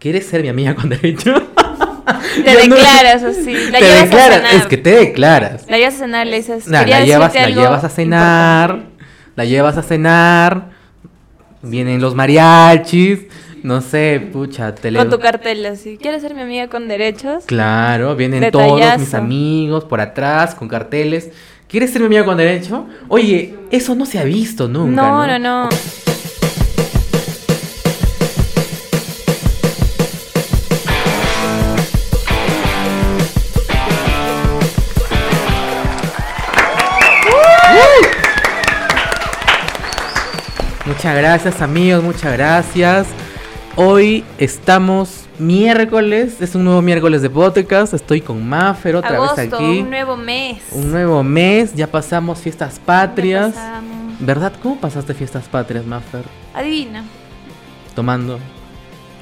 ¿quieres ser mi amiga con derecho? Te Yo no- declaras así. La te llevas declaras, a cenar. es que te declaras. La llevas a cenar, le dices. Nah, "Quería la, llevas, decirte la algo llevas a cenar, la llevas a cenar, vienen los mariachis, no sé, pucha, te le- Con tu cartel así. ¿Quieres ser mi amiga con derechos? Claro, vienen todos Detallazo. mis amigos por atrás con carteles. ¿Quieres ser mi amigo con derecho? Oye, eso no se ha visto nunca. no, No, no, no. Muchas gracias amigos, muchas gracias. Hoy estamos miércoles, es un nuevo miércoles de podcast. Estoy con Mafer otra vez Agosto, aquí. un nuevo mes. Un nuevo mes, ya pasamos fiestas patrias. Pasamos. ¿Verdad? ¿Cómo pasaste fiestas patrias, Mafer? Adivina. Tomando.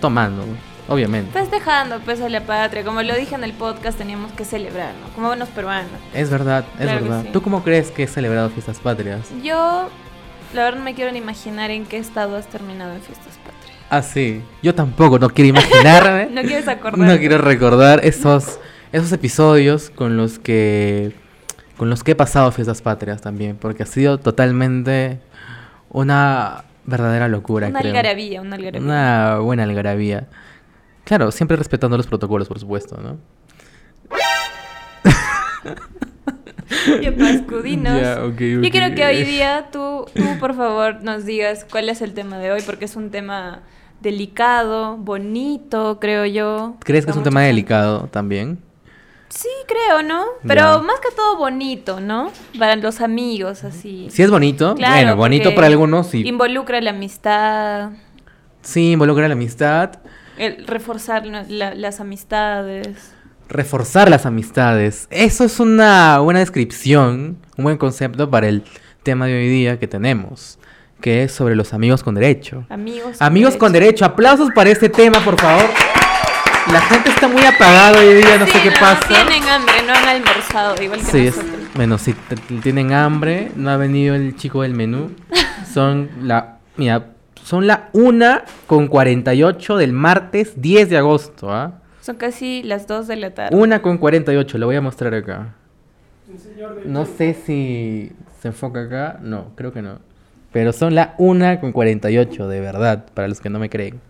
Tomando, obviamente. Festejando, pues, a la patria. Como lo dije en el podcast, teníamos que celebrar, ¿no? Como buenos peruanos. Es verdad, es Claro que verdad. sí. ¿Tú cómo crees que he celebrado fiestas patrias? Yo, la verdad, no me quiero ni imaginar en qué estado has terminado en Fiestas Patrias. Ah, sí. Yo tampoco, no quiero imaginarme. No quieres acordar. No quiero recordar esos, esos episodios con los que con los que he pasado fiestas patrias también, porque ha sido totalmente una verdadera locura, Una creo. algarabía, una algarabía. Una buena algarabía. Claro, siempre respetando los protocolos, por supuesto, ¿no? Qué pascudinos. Ya, ok, ok. Yo quiero que hoy día tú, tú, por favor, nos digas cuál es el tema de hoy, porque es un tema delicado, bonito, creo yo. ¿Crees que es Para un tema mucha delicado también? gente. Sí, creo, ¿no? Pero Ya. más que todo bonito, ¿no? Para los amigos, así. Si es bonito, Claro, bueno, bonito porque para algunos y Involucra la amistad, sí involucra la amistad, el reforzar la- la- las amistades. reforzar las amistades. Eso es una buena descripción, un buen concepto para el tema de hoy día que tenemos, que es sobre los amigos con derecho. Amigos. Amigos con derecho, aplausos para este tema, por favor. La gente está muy apagada hoy día, no sé Sí, qué pasa. Tienen hambre, no han almorzado, igual que Sí, es- nosotros. bueno, si t- t- tienen hambre, no ha venido el chico del menú. Son la, mira, son la 1 con 48 del martes 10 de agosto, ¿ah? Son casi las 2 de la tarde. Una con 48, lo voy a mostrar acá. No sé si se enfoca acá, no, creo que no. Pero son la 1 con 48, de verdad, para los que no me creen.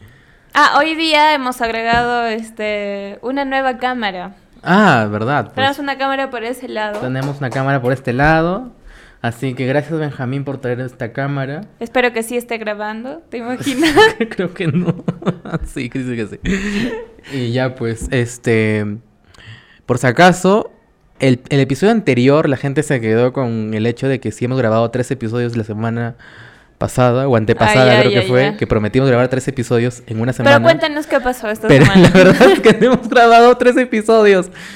Ah, hoy día hemos agregado este una nueva cámara. Ah, verdad. pues, Tenemos una cámara por ese lado. tenemos una cámara por este lado. Así que gracias Benjamín por traer esta cámara. Espero que sí esté grabando, ¿te imaginas? Creo que no. sí, que dice que sí. Y ya pues, este... Por si acaso, el, el episodio anterior la gente se quedó con el hecho de que sí hemos grabado tres episodios la semana pasada o antepasada Ah, ya, creo ya, que fue, ya. que prometimos grabar tres episodios en una semana. Pero cuéntanos qué pasó esta Pero semana. la verdad es que no hemos grabado tres episodios. Puta.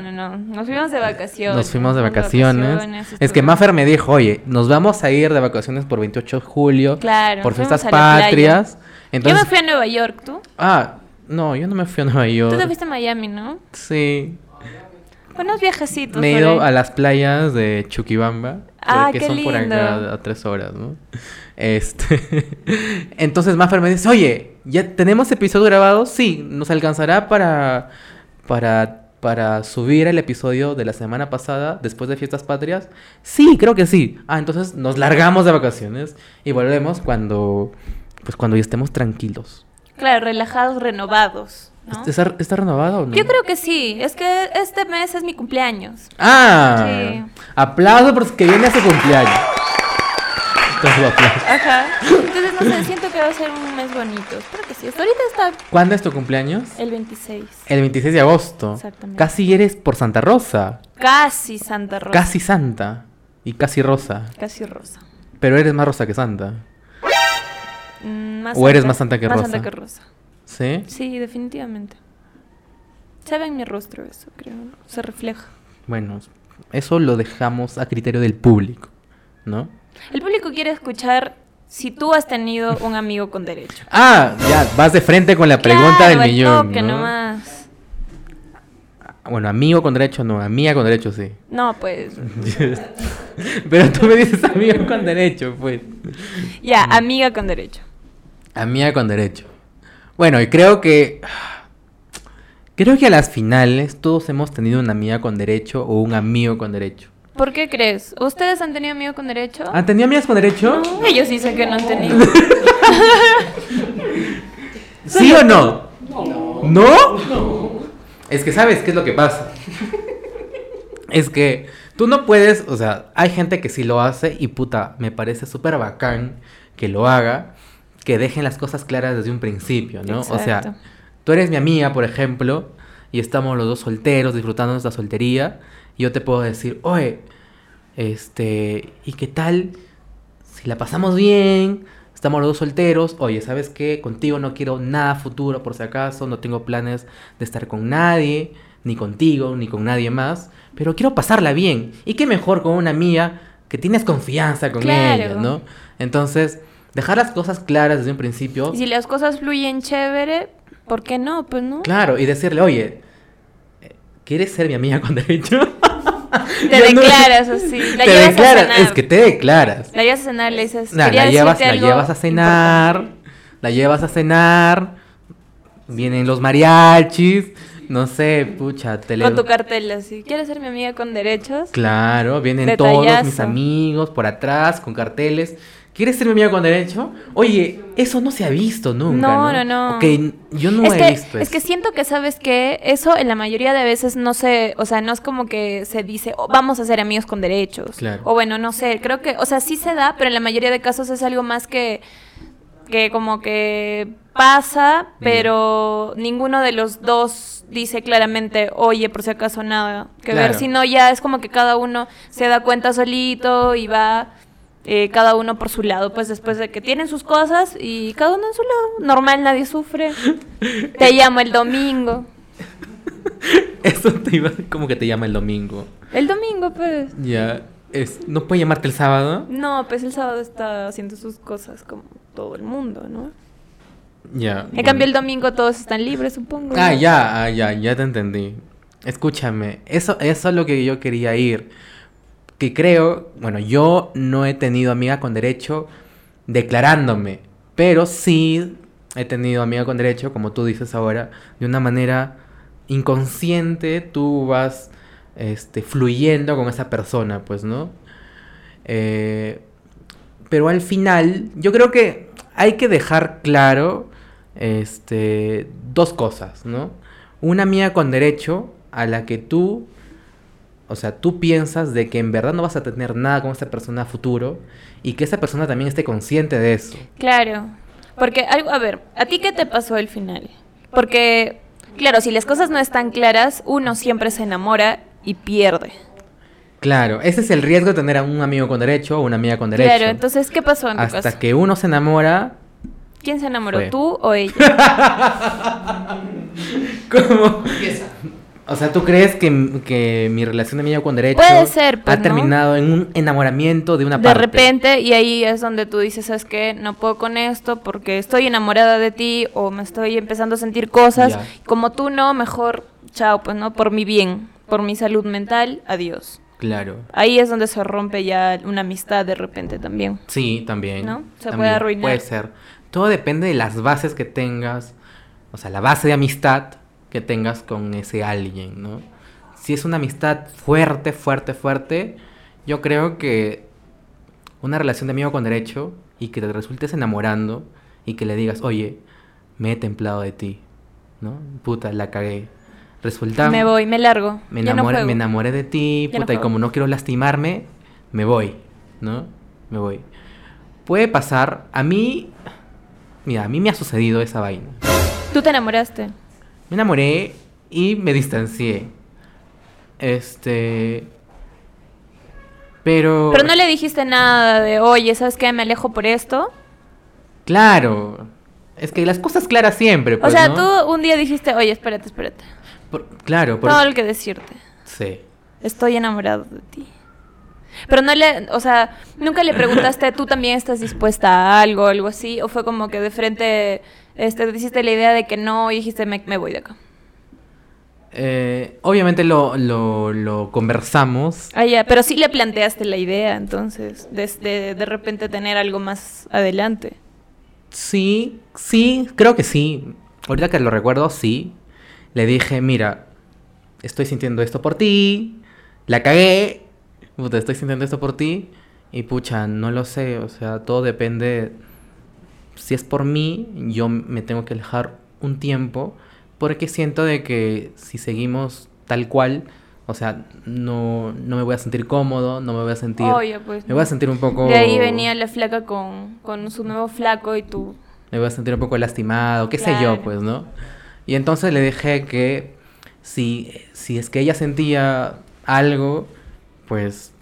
No, no, no. Nos fuimos de vacaciones. Nos fuimos de vacaciones. es que estuvimos- Maffer me dijo, oye, nos vamos a ir de vacaciones por 28 de julio, Claro, por fuimos fiestas a la playa. patrias. Yo me fui a Nueva York, ¿tú? Ah, no, yo no me fui a Nueva York. Tú te fuiste a Miami, ¿no? Sí. Unos viajecitos. Me he por ido ahí. a las playas de Chuquibamba, que- Ah, que qué son por lindo. acá a tres horas, ¿no? Este. Entonces Maffer me dice, oye, ¿ya tenemos episodio grabado? Sí, nos alcanzará para. para. para subir el episodio de la semana pasada, después de Fiestas Patrias. Sí, creo que sí. Ah, entonces nos largamos de vacaciones y volvemos cuando. Pues cuando ya estemos tranquilos. Claro, relajados, renovados. ¿no? ¿Está, está renovado o no? Yo creo que sí. Es que este mes es mi cumpleaños. Ah, Sí. aplauso porque viene a su cumpleaños. Entonces, aplauso. Ajá. Entonces, no sé, siento que va a ser un mes bonito. Espero que sí. Hasta ahorita está ¿Cuándo es tu cumpleaños? el 26. El 26 de agosto. Exactamente. Casi eres por Santa Rosa. Casi Santa Rosa. Casi Santa. Y casi Rosa. Casi Rosa. Pero eres más Rosa que Santa. Mm, más ¿O eres más santa que más rosa? santa que Rosa. ¿Sí? Sí, definitivamente. Se ve en mi rostro eso, creo. ¿no? Se refleja. Bueno, eso lo dejamos a criterio del público, ¿no? El público quiere escuchar si tú has tenido un amigo con derecho. Ah, ya, vas de frente con la pregunta Claro, del al millón. toque ¿no? nomás. Bueno, amigo con derecho no, amiga con derecho sí. No, pues. Mm. Pero tú me dices amigo con derecho, pues. Ya, amiga con derecho. Amiga con derecho. Bueno, y creo que. Creo que a las finales todos hemos tenido una amiga con derecho o un amigo con derecho. ¿Por qué crees? ¿Ustedes han tenido amigo con derecho? ¿Han ¿Ah? tenido amigas con derecho? No, Yo sí sé que no han tenido. ¿Sí o no? No. ¿No? Es que sabes qué es lo que pasa. es que tú no puedes, o sea, hay gente que sí lo hace y puta, me parece súper bacán que lo haga, que dejen las cosas claras desde un principio, ¿no? O sea, Exacto. tú eres mi amiga, por ejemplo, y estamos los dos solteros disfrutando de nuestra soltería, y yo te puedo decir, oye, este, ¿y qué tal? Si la pasamos bien, estamos los dos solteros, oye, ¿sabes qué? Contigo no quiero nada futuro por si acaso, no tengo planes de estar con nadie, ni contigo, ni con nadie más, pero quiero pasarla bien. ¿Y qué mejor con una amiga que tienes confianza con Claro. ella, ¿no? Entonces, dejar las cosas claras desde un principio. Y si las cosas fluyen chévere, ¿por qué no? Pues no. Claro, y decirle, oye, ¿quieres ser mi amiga con derecho? Te Yo no- declaras así. La te llevas declaras, a cenar. es que te declaras. La llevas a cenar, le dices. Nah, "Quería la, llevas, decirte la algo llevas a cenar, la llevas a cenar, vienen los mariachis, no sé, pucha, te le- Con tu cartel así. ¿Quieres ser mi amiga con derechos? Claro, vienen todos Detallazo. mis amigos por atrás con carteles. ¿Quieres ser mi amigo con derecho? Oye, eso no se ha visto nunca. No, No, no, no. Ok, n- yo no es he que, visto es eso. que siento que sabes que eso en la mayoría de veces no se, o sea, no es como que se dice, "Oh, vamos a ser amigos con derechos. Claro. O bueno, no sé, creo que, o sea, sí se da, pero en la mayoría de casos es algo más que, que como que pasa, pero ninguno de los dos dice claramente, oye, por si acaso nada que Claro. ver, sino ya es como que cada uno se da cuenta solito y va... eh, cada uno por su lado, pues después de que tienen sus cosas y cada uno en su lado, normal, nadie sufre. Te llamo el domingo. Eso te iba como que te llama el domingo. El domingo, pues. Ya, es, ¿no puede llamarte el sábado? No, pues el sábado está haciendo sus cosas como todo el mundo, ¿no? Ya. En cambio, el domingo todos están libres, supongo. Ah, ¿no? ya, ah, ya, ya te entendí. Escúchame, eso, eso es lo que yo quería ir. Que creo, bueno, yo no he tenido amiga con derecho declarándome, pero sí he tenido amiga con derecho, como tú dices ahora, de una manera inconsciente tú vas este, fluyendo con esa persona, pues, ¿no? Eh, pero al final, yo creo que hay que dejar claro este, dos cosas, ¿no? Una amiga con derecho a la que tú, o sea, tú piensas de que en verdad no vas a tener nada con esa persona a futuro y que esa persona también esté consciente de eso. Claro. Porque, algo, a ver, ¿a ti qué te pasó el final? Porque, claro, si las cosas no están claras, uno siempre se enamora y pierde. Claro, ese es el riesgo de tener a un amigo con derecho o una amiga con derecho. Claro, entonces, ¿qué pasó en tu Hasta caso? que uno se enamora, ¿Quién se enamoró, Fue. tú o ella? como... O sea, ¿tú crees que, que mi relación de amiga con derecho Puede ser, pues, ha ¿no? terminado en un enamoramiento de una de parte? repente y ahí es donde tú dices, ¿sabes qué? No puedo con esto porque estoy enamorada de ti o me estoy empezando a sentir cosas. Ya. Como tú no, mejor chao, pues no, por mi bien, por mi salud mental, adiós. Claro. Ahí es donde se rompe ya una amistad de repente también. Sí, también. ¿No? Se también, puede arruinar. Puede ser. Todo depende de las bases que tengas, o sea, la base de amistad que tengas con ese alguien, ¿no? Si es una amistad fuerte, fuerte, fuerte, yo creo que una relación de amigo con derecho y que te resultes enamorando y que le digas, oye, me he templado de ti, ¿no? Puta, la cagué. Resulta... Me voy, me largo. Me, ya no enamoré, juego. me enamoré de ti, Ya no puta, y juego. como no quiero lastimarme, me voy, ¿no? Me voy. Puede pasar, a mí, mira, a mí me ha sucedido esa vaina. Tú te enamoraste. Me enamoré y me distancié. Este... Pero... Pero no le dijiste nada de, oye, ¿sabes qué? Me alejo por esto. Claro. Es que las cosas claras siempre, o pues, sea, ¿no? tú un día dijiste, oye, espérate, espérate. Por- claro, por... e Todo lo que decirte. Sí. Estoy enamorado de ti. Pero no le, o sea, nunca le preguntaste, ¿tú también estás dispuesta a algo, algo así? ¿O fue como que de frente, este, te hiciste la idea de que no y dijiste, me, me voy de acá? Eh, obviamente lo, lo, lo conversamos. Ah, ya, pero sí le planteaste la idea, entonces, desde de repente tener algo más adelante. Sí, sí, creo que sí. ahorita que lo recuerdo, sí, le dije, mira, estoy sintiendo esto por ti, la cagué, puta, estoy sintiendo esto por ti, y pucha, no lo sé, o sea, todo depende, si es por mí, yo me tengo que alejar un tiempo, porque siento de que si seguimos tal cual, o sea, no, no me voy a sentir cómodo, no me voy a sentir... Oye, pues. me voy a sentir un poco... De ahí venía la flaca con, con su nuevo flaco y tú. me voy a sentir un poco lastimado, qué sé Claro. yo, pues, ¿no? Y entonces le dejé que si, si es que ella sentía algo, pues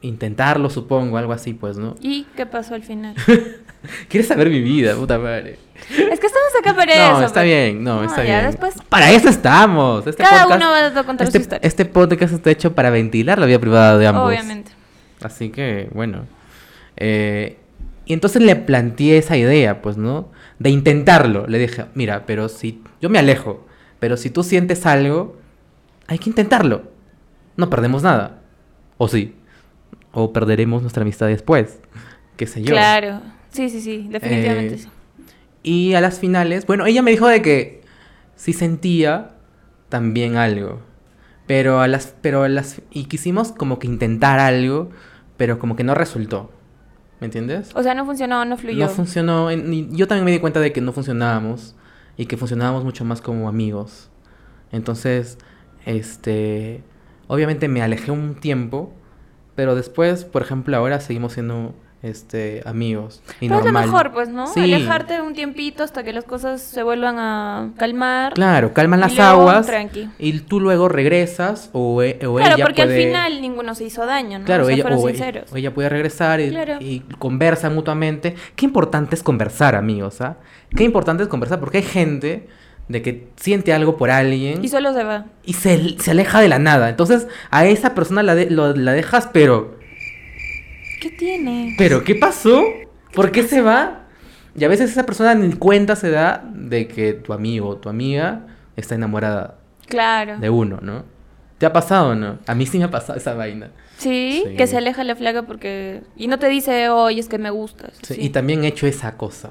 intentarlo, supongo, algo así, pues, ¿no? ¿Y qué pasó al final? ¿Quieres saber mi vida, puta madre? es que estamos acá para eso. No, está pues. bien, no, No, está ya bien. después- Para eso estamos. Este Cada podcast, uno va a contar su este, historia. este podcast está hecho para ventilar la vida privada de ambos. Obviamente. Así que, bueno. Eh, y entonces le planteé esa idea, pues, ¿no? De intentarlo. Le dije, mira, pero si yo me alejo, pero si tú sientes algo, hay que intentarlo. No perdemos nada. O sí. O perderemos nuestra amistad después. Qué sé yo. Claro. Sí, sí, sí. Definitivamente Eh, sí. Y a las finales, bueno, ella me dijo de que sí sentía también algo. Pero a las, pero a las, y quisimos como que intentar algo, pero como que no resultó. ¿Me entiendes? O sea, no funcionó, no fluyó. No funcionó. en- y yo también me di cuenta de que no funcionábamos y que funcionábamos mucho más como amigos. Entonces, este, obviamente me alejé un tiempo, pero después, por ejemplo, ahora seguimos siendo, este, amigos. Y Pero es lo normal. mejor, pues, ¿no? Sí. Alejarte un tiempito hasta que las cosas se vuelvan a calmar. Claro, calman Y las luego, aguas tranqui. y tú luego regresas o, e- o Claro, ella porque al puede- final ninguno se hizo daño, ¿no? Claro, o sea, ella, fueron o e- sinceros. o ella puede regresar y, Claro. y conversan mutuamente. Qué importante es conversar, amigos, ¿ah? Qué importante es conversar porque hay gente de que siente algo por alguien Y solo se va. y se, se aleja de la nada. Entonces a esa persona la, de- lo- la dejas, pero... ¿Qué tiene? ¿Pero qué pasó? ¿Por qué se va? Y a veces esa persona ni cuenta se da de que tu amigo o tu amiga está enamorada Claro. de uno, ¿no? ¿Te ha pasado o no? A mí sí me ha pasado esa vaina. ¿Sí? Sí. que se aleja la flaca porque... Y no te dice, oye, es que me gustas. Sí, Sí. Y también he hecho esa cosa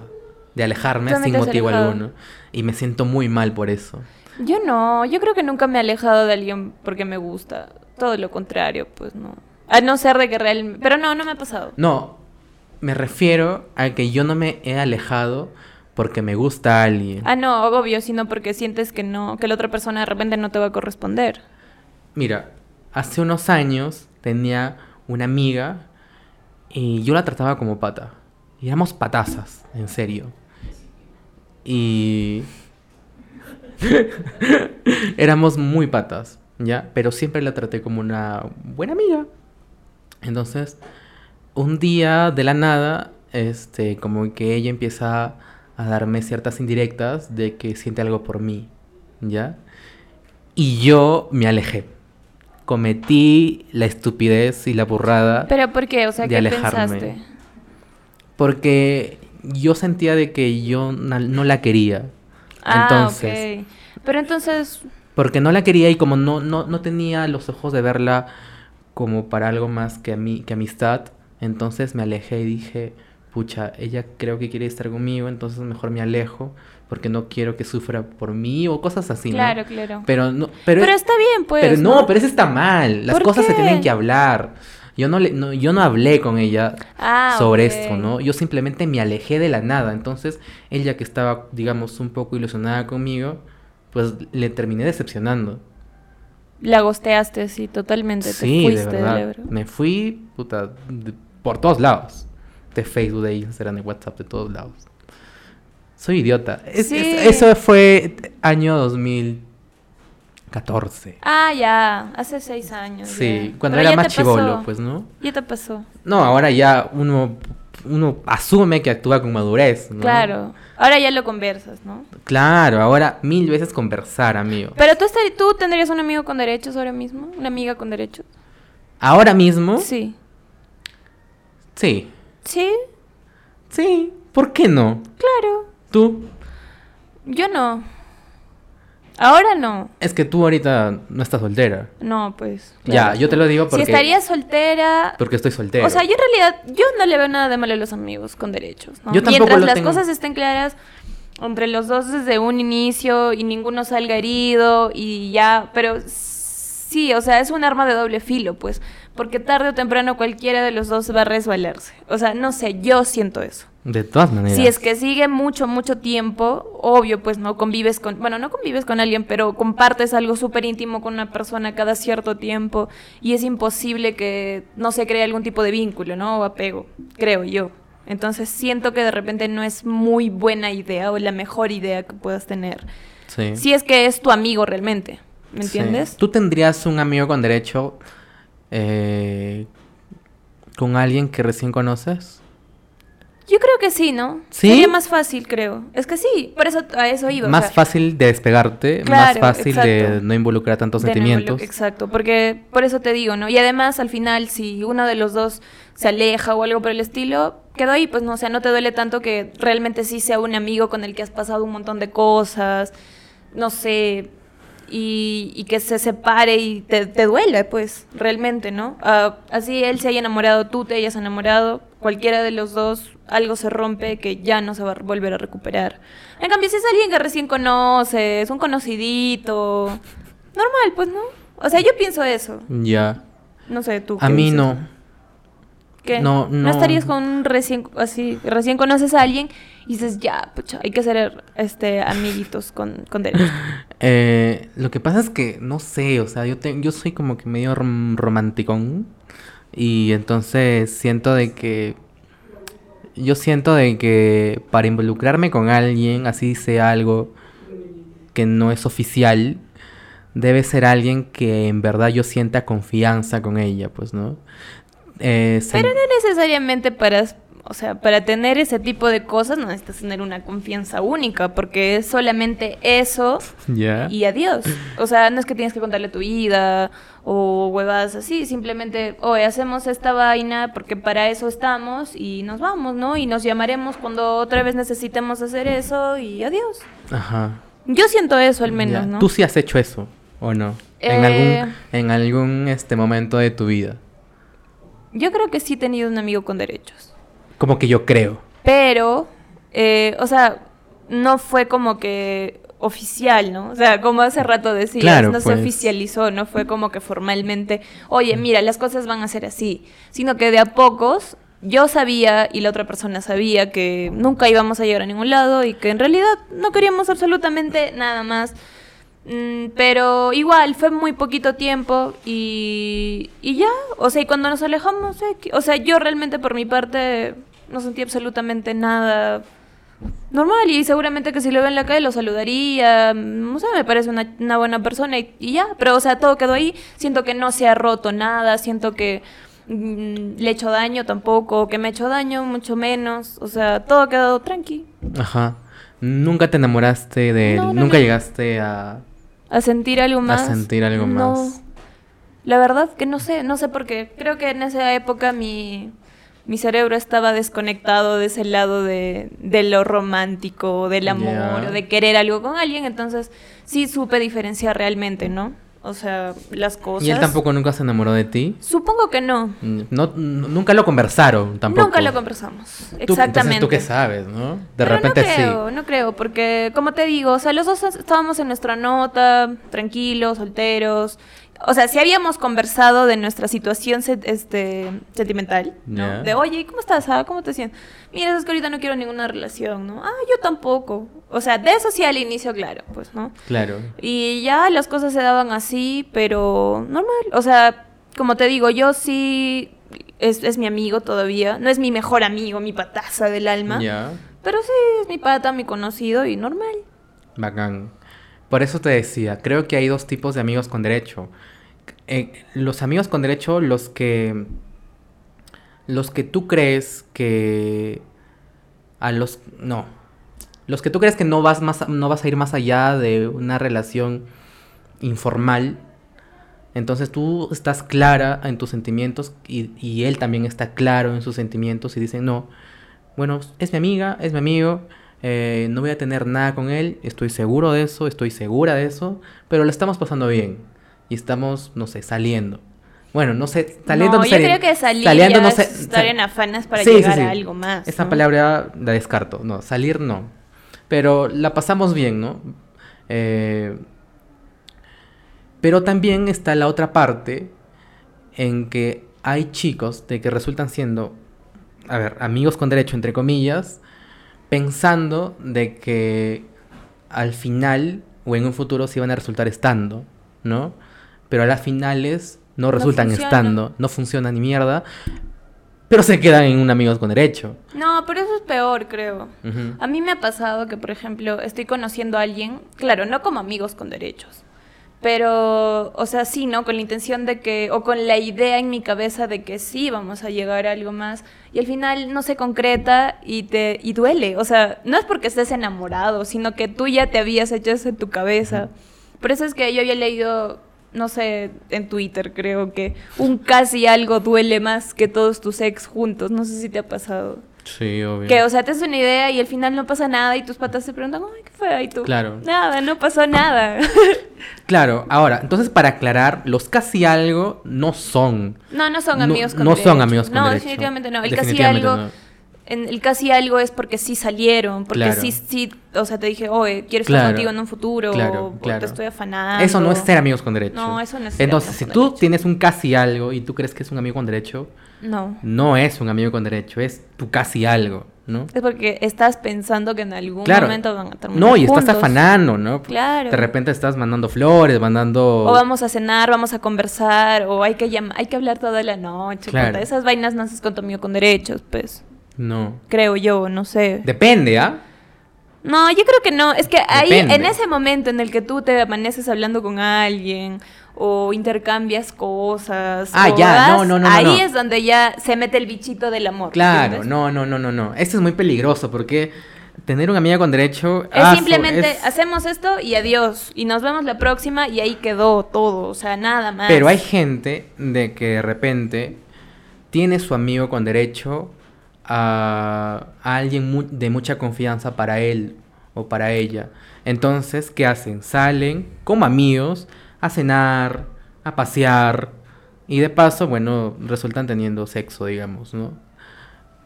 de alejarme También sin te has motivo alejado. alguno. Y me siento muy mal por eso. Yo no, yo creo que nunca me he alejado de alguien porque me gusta. Todo lo contrario, pues no. A no ser de que realmente... Pero no, no me ha pasado. No, me refiero a que yo no me he alejado porque me gusta alguien. Ah, no, obvio, sino porque sientes que no, que la otra persona de repente no te va a corresponder. Mira, hace unos años tenía una amiga y yo la trataba como pata. Y éramos patazas, en serio. Y... éramos muy patas, ¿ya? Pero siempre la traté como una buena amiga. Entonces, un día de la nada, este, como que ella empieza a darme ciertas indirectas de que siente algo por mí, ¿ya? Y yo me alejé. Cometí la estupidez y la burrada Pero ¿por qué? O sea, De ¿qué alejarme. pensaste? porque yo sentía de que yo na- no la quería. Entonces, Ah, ok. Pero entonces, porque no la quería y como no, no, no tenía los ojos de verla como para algo más que, a mí, que amistad, entonces me alejé y dije, pucha, ella creo que quiere estar conmigo, entonces mejor me alejo porque no quiero que sufra por mí o cosas así, ¿no? claro, claro. Pero, Pero no, pero, e, está bien, pues. pero no, pero eso está mal. Las ¿Por cosas se qué? tienen que hablar. Yo no, le, no- yo no hablé con ella Ah, sobre ok. esto, ¿no? Yo simplemente me alejé de la nada. Entonces, ella que estaba, digamos, un poco ilusionada conmigo, pues le terminé decepcionando. La gosteaste, sí, totalmente. Sí, te fuiste de del verdad. Ebro. Me fui, puta, de- por todos lados. De Facebook, de Instagram, de WhatsApp, de todos lados. Soy idiota. Es- Sí. es- eso fue año 2014. Ah, ya, hace seis años. Sí, Ah, ya. cuando Pero era ya más te pasó, chivolo, pues, ¿no? Ya te pasó, No, ahora ya uno, uno asume que actúa con madurez, ¿no? claro. Ahora ya lo conversas, ¿no? Claro, ahora mil veces conversar, amigo. Pero tú, estar- tú tendrías un amigo con derechos ahora mismo, una amiga con derechos. Ahora mismo, sí. Sí. sí. Sí, ¿Por qué no? claro. Tú, Yo no. Ahora no. es que tú ahorita no estás soltera. No, pues. Ya, claro. yo te lo digo porque, Si estaría soltera. porque estoy soltero. O sea, yo en realidad, yo no le veo nada de malo a los amigos con derechos, ¿no? Yo tampoco Mientras lo las tengo. cosas estén claras entre los dos desde un inicio y ninguno salga herido y ya, pero sí, o sea, es un arma de doble filo, pues, porque tarde o temprano cualquiera de los dos va a resbalarse. O sea, no sé, yo siento eso. De todas maneras. Si es que sigue mucho, mucho tiempo, obvio, pues no convives con, bueno, no convives con alguien, pero compartes algo súper íntimo con una persona cada cierto tiempo y es imposible que no se cree algún tipo de vínculo, ¿no? O apego, creo yo. Entonces siento que de repente no es muy buena idea o la mejor idea que puedas tener. Sí. Si es que es tu amigo realmente, ¿me Sí. entiendes? ¿Tú tendrías un amigo con derecho eh, con alguien que recién conoces? Yo creo que sí, ¿no? ¿Sí? Sería más fácil, creo. Es que sí, por eso a eso iba. o Más sea, fácil de despegarte, Claro, más fácil de exacto. no involucrar tantos de nuevo, sentimientos. lo- exacto, porque por eso te digo, ¿no? Y además, al final, si uno de los dos se aleja o algo por el estilo, quedó ahí, pues no, o sea, no te duele tanto que realmente sí sea un amigo con el que has pasado un montón de cosas, no sé, y, y que se separe y te, te duele, pues, realmente, ¿no? Ah, así él se haya enamorado, tú te hayas enamorado, cualquiera de los dos, algo se rompe que ya no se va a volver a recuperar. En cambio, si es alguien que recién conoces, un conocidito, normal, pues, ¿no? O sea, yo pienso eso. Ya. No sé, tú. A qué mí dices? no. ¿Qué? No, no. estarías con un recién, así, recién conoces a alguien y dices, ya, pucha, hay que ser este, amiguitos con, con derecho. Eh, lo que pasa es que, no sé, o sea, yo, te- yo soy como que medio rom- romanticón. Y entonces siento de que. Yo siento de que para involucrarme con alguien, así sea algo que no es oficial, debe ser alguien que en verdad yo sienta confianza con ella, pues, ¿no? Eh, sen- Pero no necesariamente para, o sea, para tener ese tipo de cosas no necesitas tener una confianza única, porque es solamente eso Ya. y adiós. O sea, no es que tienes que contarle tu vida o huevadas así, simplemente, oye, hacemos esta vaina porque para eso estamos y nos vamos, ¿no? Y nos llamaremos cuando otra vez necesitemos hacer eso y adiós. Ajá. Yo siento eso al menos, Ya. ¿no? ¿Tú sí has hecho eso o no? En Eh. algún, en algún este momento de tu vida. Yo creo que sí he tenido un amigo con derechos. Como que yo creo. Pero, eh, o sea, no fue como que oficial, ¿no? O sea, como hace rato decías, Claro, no pues. se oficializó, no fue como que formalmente, oye, mira, las cosas van a ser así, sino que de a pocos yo sabía y la otra persona sabía que nunca íbamos a llegar a ningún lado y que en realidad no queríamos absolutamente nada más. Mm, pero igual, fue muy poquito tiempo y, y ya, o sea, y cuando nos alejamos, eh, que- o sea, yo realmente por mi parte no sentí absolutamente nada normal y seguramente que si lo veo en la calle lo saludaría, mm, no sé, me parece una, una buena persona y, y ya, pero o sea, todo quedó ahí, siento que no se ha roto nada, siento que mm, le he hecho daño tampoco, que me he hecho daño, mucho menos, o sea, todo quedó tranqui, Ajá. Nunca te enamoraste de él. No, no, Nunca no. llegaste a. a sentir algo más. sentir algo no. más. La verdad que no sé, no sé por qué. Creo que en esa época mi, mi cerebro estaba desconectado de ese lado de, de lo romántico, del amor, Ya. o de querer algo con alguien. Entonces sí supe diferenciar realmente, ¿no? O sea, las cosas. Y él tampoco nunca se enamoró de ti. Supongo que no. N- No, n- nunca lo conversaron tampoco. Nunca lo conversamos. Tú- pues, Exactamente. Entonces tú qué sabes, ¿no? De Pero repente no creo, sí. no creo, porque como te digo, o sea, los dos estábamos en nuestra nota, tranquilos, solteros. O sea, sí habíamos conversado de nuestra situación se- este, sentimental, ¿no? Ya. De, oye, ¿y ¿cómo estás? ah? ¿Cómo te sientes? Mira, es que ahorita no quiero ninguna relación, ¿no? Ah, yo tampoco. O sea, de eso sí al inicio, claro, pues, ¿no? Claro. Y ya las cosas se daban así, pero normal. O sea, como te digo, yo sí... Es, es mi amigo todavía, no es mi mejor amigo, mi pataza del alma. Ya. Pero sí, es mi pata, mi conocido y normal. Bacán. Por eso te decía, creo que hay dos tipos de amigos con derecho. Eh, los amigos con derecho, los que. Los que tú crees que. A los. No. Los que tú crees que no vas, más, a- no vas a ir más allá de una relación informal. Entonces tú estás clara en tus sentimientos y, y él también está claro en sus sentimientos y dice, no, bueno, es mi amiga, es mi amigo, eh, no voy a tener nada con él, estoy seguro de eso, estoy segura de eso, pero lo estamos pasando bien y estamos, no sé, saliendo. Bueno, no sé, saliendo no, no, yo sali- creo que salir saliendo ya no es sé, estar sal- en afanas para Sí, sí, llegar sí. a algo más. esa ¿no? palabra la descarto, no, salir no. Pero la pasamos bien, ¿no? Eh, pero también está la otra parte en que hay chicos de que resultan siendo, a ver, amigos con derecho, entre comillas, pensando de que al final o en un futuro se iban a resultar estando, ¿no? Pero a las finales no resultan funciona. estando, no funciona ni mierda, pero se quedan en un amigos con derecho. No, pero eso es peor, creo. Ujú. A mí me ha pasado que, por ejemplo, estoy conociendo a alguien, claro, no como amigos con derechos, pero, o sea, sí, ¿no? Con la intención de que, o con la idea en mi cabeza de que sí, vamos a llegar a algo más, y al final no se concreta y te y duele. O sea, no es porque estés enamorado, sino que tú ya te habías hecho eso en tu cabeza. Por eso es que yo había leído, no sé, en Twitter creo que un casi algo duele más que todos tus ex juntos. No sé si te ha pasado. Sí, obvio. Que, o sea, te haces una idea y al final no pasa nada y tus patas se preguntan, ay, ¿qué fue? Y tú, Claro. nada, no pasó nada. Claro, ahora, entonces para aclarar, los casi algo no son. no, no son No- amigos con no derecho. son amigos con No, derecho. definitivamente no. El Definitivamente casi algo... no. en- el casi algo es porque sí salieron, porque Claro. sí, sí, o sea, te dije, oye, quiero estar Claro. contigo en un futuro, Claro, o claro. te estoy afanando. Eso no es ser amigos con derecho. No, eso no es ser Entonces, amigos si con tú derecho. tienes un casi algo y tú crees que es un amigo con derecho, No, no es un amigo con derecho, es tu casi algo, ¿no? es porque estás pensando que en algún Claro. momento van a terminar No, y estás juntos. afanando, ¿no? Claro. De repente estás mandando flores, mandando... O vamos a cenar, vamos a conversar, o hay que llam- hay que hablar toda la noche. Claro. puta, Esas vainas no haces con tu amigo con derechos, pues. No. Creo yo, no sé. Depende, ¿ah? no, yo creo que no. Es que ahí, Depende. en ese momento en el que tú te amaneces hablando con alguien o intercambias cosas. Ah, o ya, no, no, no, no, Ahí no. es donde ya se mete el bichito del amor. Claro, ¿entiendes? no, no, no, no, no. Esto es muy peligroso porque tener un amigo con derecho... Es ah, su- simplemente es- hacemos esto y adiós. Y nos vemos la próxima y ahí quedó todo. O sea, nada más. Pero hay gente de que de repente tiene su amigo con derecho a, a alguien mu- de mucha confianza para él o para ella. Entonces, ¿qué hacen? Salen como amigos a cenar, a pasear y de paso, bueno, resultan teniendo sexo, digamos, ¿no?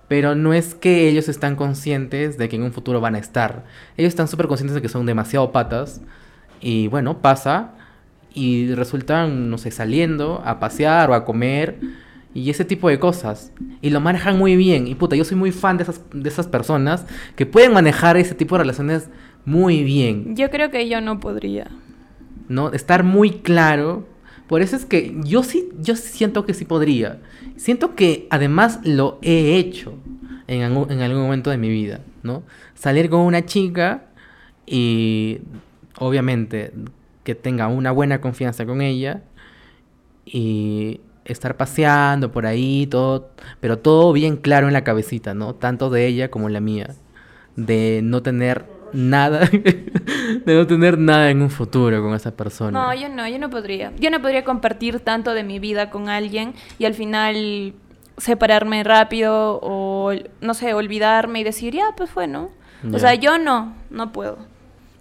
Pero no es que ellos están conscientes de que en un futuro van a estar. Ellos están súper conscientes de que son demasiado patas. Y bueno, pasa. Y resultan, no sé, saliendo a pasear o a comer. Y ese tipo de cosas. Y lo manejan muy bien. Y puta, yo soy muy fan de esas, de esas personas que pueden manejar ese tipo de relaciones muy bien. Yo creo que yo no podría. ¿No? Estar muy claro. Por eso es que yo sí, yo sí siento que sí podría. Siento que además lo he hecho en, algún- en algún momento de mi vida, ¿no? Salir con una chica y obviamente que tenga una buena confianza con ella y estar paseando por ahí, todo, pero todo bien claro en la cabecita, ¿no? Tanto de ella como la mía. De no tener nada, de no tener nada en un futuro con esa persona. No, yo no, yo no podría. Yo no podría compartir tanto de mi vida con alguien y al final separarme rápido o, no sé, olvidarme y decir, ya, pues fue, ¿no? Ya. O sea, yo no, no puedo.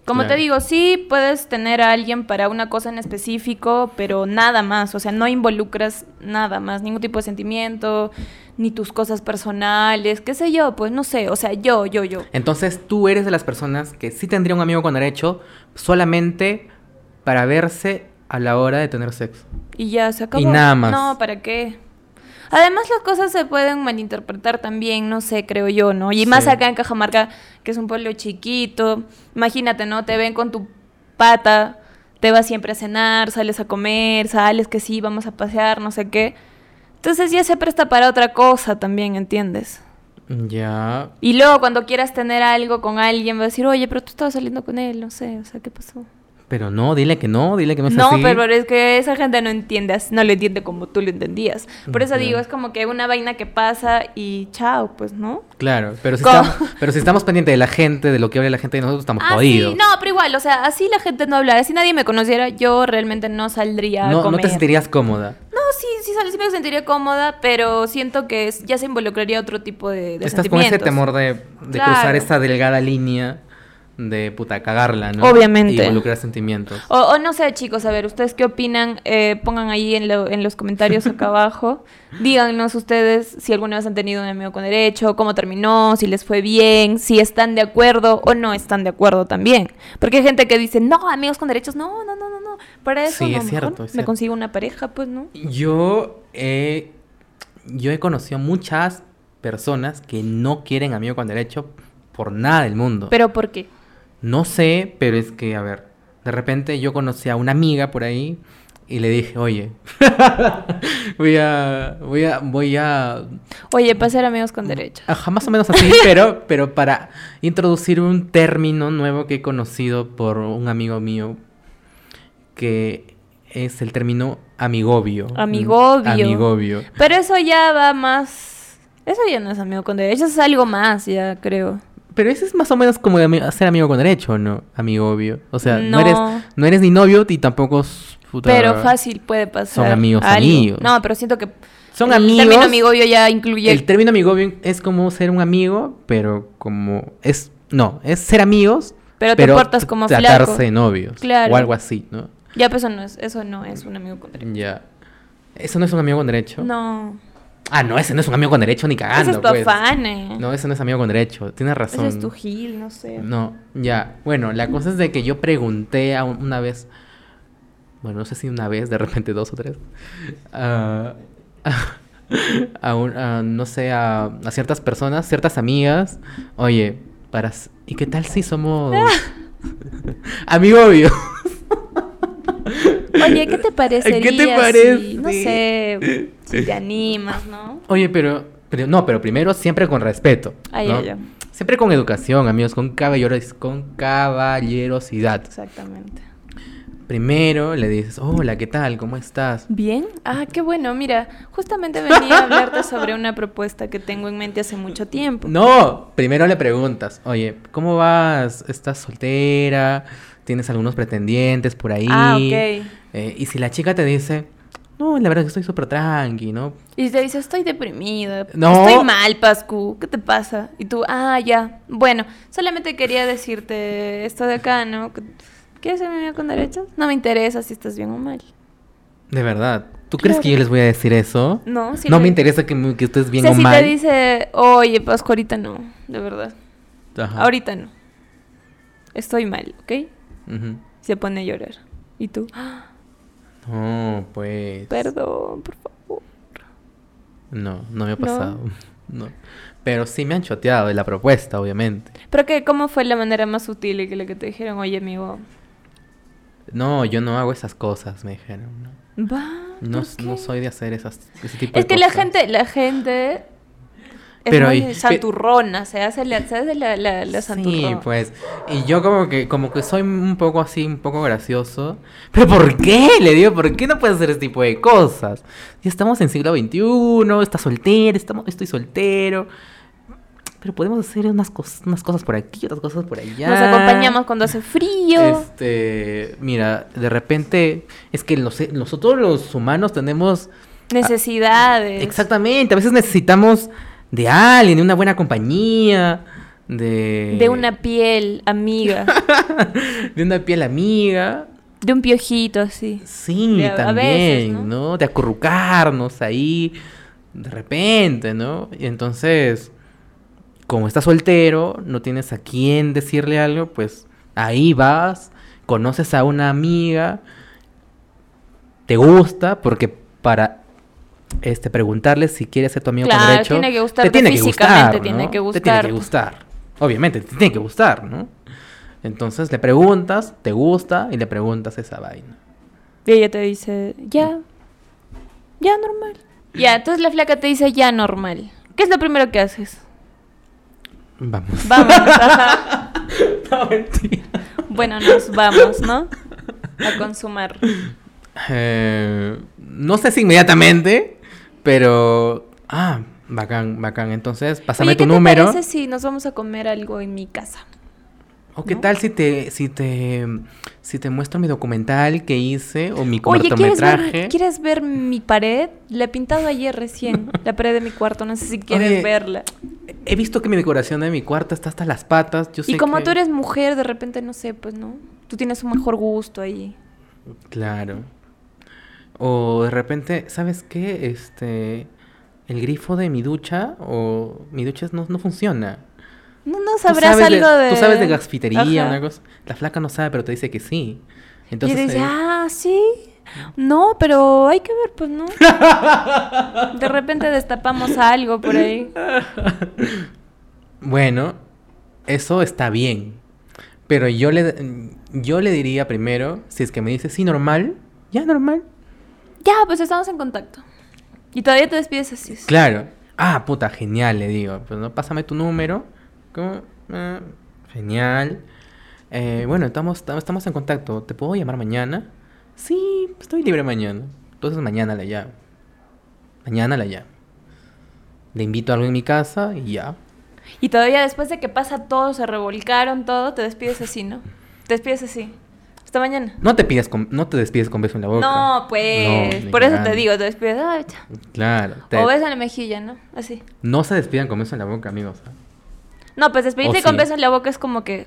Como Claro. te digo, sí puedes tener a alguien para una cosa en específico, pero nada más, o sea, no involucras nada más, ningún tipo de sentimiento, ni tus cosas personales, qué sé yo, pues no sé, o sea, yo, yo, yo. Entonces tú eres de las personas que sí tendría un amigo con derecho solamente para verse a la hora de tener sexo. Y ya se acabó. Y nada más. No, ¿para qué? Además las cosas se pueden malinterpretar también, no sé, creo yo, ¿no? Y más Sí. acá en Cajamarca, que es un pueblo chiquito, imagínate, ¿no? Te ven con tu pata, te vas siempre a cenar, sales a comer, sales que sí, vamos a pasear, no sé qué. Entonces ya se presta para otra cosa también, ¿entiendes? Ya. Y luego cuando quieras tener algo con alguien, vas a decir, oye, pero tú estabas saliendo con él, no sé, o sea, ¿qué pasó? Pero no, dile que no, dile que no es No, así. pero es que esa gente no entiende, as- no lo entiende como tú lo entendías. Por eso Ya. digo, es como que una vaina que pasa y chao, pues, ¿no? Claro, pero si, ¿Cómo? estamos, pero si estamos pendientes de la gente, de lo que habla la gente de nosotros, estamos Ah, jodidos. sí, no, pero igual, o sea, así la gente no hablara, si nadie me conociera, yo realmente no saldría a No- no comer. te sentirías cómoda. No, sí, sí, sal- sí me sentiría cómoda, pero siento que es- ya se involucraría otro tipo de, de Estás con ese sentimientos. temor de, de Claro. cruzar esa delgada línea de puta cagarla, ¿no? Obviamente. Y involucrar sentimientos. O, o no sé, chicos, a ver, ¿ustedes qué opinan? Eh, pongan ahí en, lo- en los comentarios acá abajo. Díganos ustedes si alguna vez han tenido un amigo con derecho, cómo terminó, si les fue bien, si están de acuerdo o no están de acuerdo también. Porque hay gente que dice, no, amigos con derechos, no, no, no, no, no. Para eso Sí, no, es mejor cierto, es me cierto. consigo una pareja, pues no. Yo he, yo he conocido muchas personas que no quieren amigo con derecho por nada del mundo. Pero ¿por qué? No sé, pero es que, a ver, de repente yo conocí a una amiga por ahí y le dije, oye, voy a, voy a, voy a, Oye, para ser amigos con derechos. ajá, más o menos así, pero, pero para introducir un término nuevo que he conocido por un amigo mío, que es el término amigobio. Amigobio. Amigobio. Pero eso ya va más... Eso ya no es amigo con derechos, es algo más, ya creo. Pero eso es más o menos como de ami- ser amigo con derecho, ¿no? Amigobio. O sea, no, No. eres, no eres ni novio y tampoco... es puta- Pero fácil puede pasar. Son amigos, algo. amigos. No, pero siento que Son el amigos. término amigo yo ya incluye. El término amigo bien es como ser un amigo, pero como es no, es ser amigos, Pero te portas como tratarse flaco. de novios Claro. o algo así, ¿no? Ya, pues eso no es, eso no es un amigo con derecho. Ya. Eso no es un amigo con derecho. No. Ah, no, ese no es un amigo con derecho ni Ese cagando, es tu pues. afán, eh. No, ese no es amigo con derecho. Tienes razón. Ese es tu gil, no sé. No, ya. Bueno, la cosa es de que yo pregunté a un- una vez, bueno, no sé si una vez, de repente dos o tres, a, a un- a, no sé, a, a ciertas personas, ciertas amigas, oye, para, s- ¿y qué tal si somos amigo obvio? Oye, ¿qué te parecería? ¿Qué te si- parece? no sé, si te animas, ¿no? Oye, pero, pero- no, pero primero siempre con respeto. Ay, ¿no? ay, ay. Siempre con educación, amigos, con caballeros, con caballerosidad. Exactamente. Primero le dices, hola, ¿qué tal? ¿Cómo estás? Bien. Ah, qué bueno. Mira, justamente venía a hablarte sobre una propuesta que tengo en mente hace mucho tiempo. No, primero le preguntas, oye, ¿cómo vas? ¿Estás soltera? ¿Tienes algunos pretendientes por ahí? Ah, ok. Eh, y si la chica te dice, no, la verdad es que estoy súper tranqui, ¿no? Y te dice, estoy deprimida. No. Estoy mal, Pascu. ¿Qué te pasa? Y tú, ah, ya. Bueno, solamente quería decirte esto de acá, ¿no? Que- ¿Quieres ser mi amigo con derechos? No me interesa si estás bien o mal. De verdad, ¿tú crees Claro. que yo les voy a decir eso? No, si no le- me interesa que, me- que estés bien o sea, o si mal. te dice, oye, Pascu, ahorita no, de verdad. Ajá. Ahorita no. Estoy mal, ¿ok? Ujú. Se pone a llorar. Y tú, "Ah, No, pues... perdón, por favor. No, no me ha No. pasado. no. Pero sí me han choteado de la propuesta, obviamente. Pero que, ¿cómo fue la manera más sutil que la que te dijeron, oye, amigo? No, yo no hago esas cosas, me dijeron. ¿no? Va. No, ¿por s- no qué?". soy de hacer esas, ese tipo de Es que la cosas. gente, la gente es Pero muy ahí- santurrona, se hace la, se hace la, la, la Sí, santurrona. pues. Y yo como que, como que soy un poco así, un poco gracioso. ¿Pero por qué? Le digo, ¿por qué no puedes hacer ese tipo de cosas? Ya estamos en siglo XXI, está soltero, estamos, estoy soltero. Pero podemos hacer unas, cos- unas cosas por aquí, otras cosas por allá. Nos acompañamos cuando hace frío. Este, mira, de repente es que los- nosotros los humanos tenemos necesidades. Exactamente, a veces necesitamos de alguien, de una buena compañía, de... De una piel amiga. de una piel amiga. de un piojito así. Sí, De a- a también, veces, ¿no? ¿no? De acurrucarnos ahí de repente, ¿no? Y entonces, como estás soltero, no tienes a quién decirle algo, pues ahí vas, conoces a una amiga, te gusta, porque para este preguntarle si quieres ser tu amigo con Claro, derecho, tiene que te gustarte tiene que físicamente, gustar, tiene ¿no? que Te tiene que gustar. gustar. Obviamente, te tiene que gustar, ¿no? Entonces le preguntas, te gusta y le preguntas esa vaina. Y ella te dice, ya, ya normal. Ya, entonces la flaca te dice, ya normal. ¿Qué es lo primero que haces? Vamos. Vamos, ajá. No, mentira. Bueno, nos vamos, ¿no? A consumar. Eh, no sé si inmediatamente, pero. Ah, bacán, bacán. Entonces, pásame Oye, tu ¿qué número. te parece si nos vamos a comer algo en mi casa? O Oh, qué no? tal si te, si te. Si te muestro mi documental que hice o mi Oye, ¿quieres cortometraje. ver, ¿quieres ver mi pared? La he pintado ayer recién, la pared de mi cuarto, no sé si quieres Oye, verla. he visto que mi decoración de mi cuarto está hasta las patas. Yo sé Y como que- tú eres mujer, de repente, no sé, pues no. Tú tienes un mejor gusto ahí. Claro. O de repente, ¿sabes qué? Este. El grifo de mi ducha o mi ducha no, no funciona. No, no Tú sabrás sabes algo de... Tú sabes de gasfitería, Ajá. una cosa. La flaca no sabe, pero te dice que sí. Y Entonces. dices, eh, ah, sí. No, pero hay que ver, pues no. "Ah". De repente destapamos algo por ahí. Bueno, eso está bien. Pero yo le, yo le diría primero, si es que me dice sí, normal, ya normal. Ya, pues estamos en contacto. Y todavía te despides así. Claro. Ah, puta, genial, le digo. Pues no, pásame tu número. ¿Cómo? Ah, genial. Eh, bueno, estamos, tam- estamos en contacto. ¿Te puedo llamar mañana? Sí, estoy libre mañana. Entonces mañana la llamo. Mañana la llamo. Le invito a algo en mi casa y ya. Y todavía después de que pasa todo, se revolcaron todo, te despides así, ¿no? Te despides así. Hasta mañana. No te pides con- no te despides con beso en la boca. No, pues. No, ni por eso te cagando. digo, te despides. "Ay, cha". Claro. te- O beso en la mejilla, ¿no? Así. No se despidan con beso en la boca, amigos. ¿ah? No, pues despedirte O con sí. beso en la boca es como que.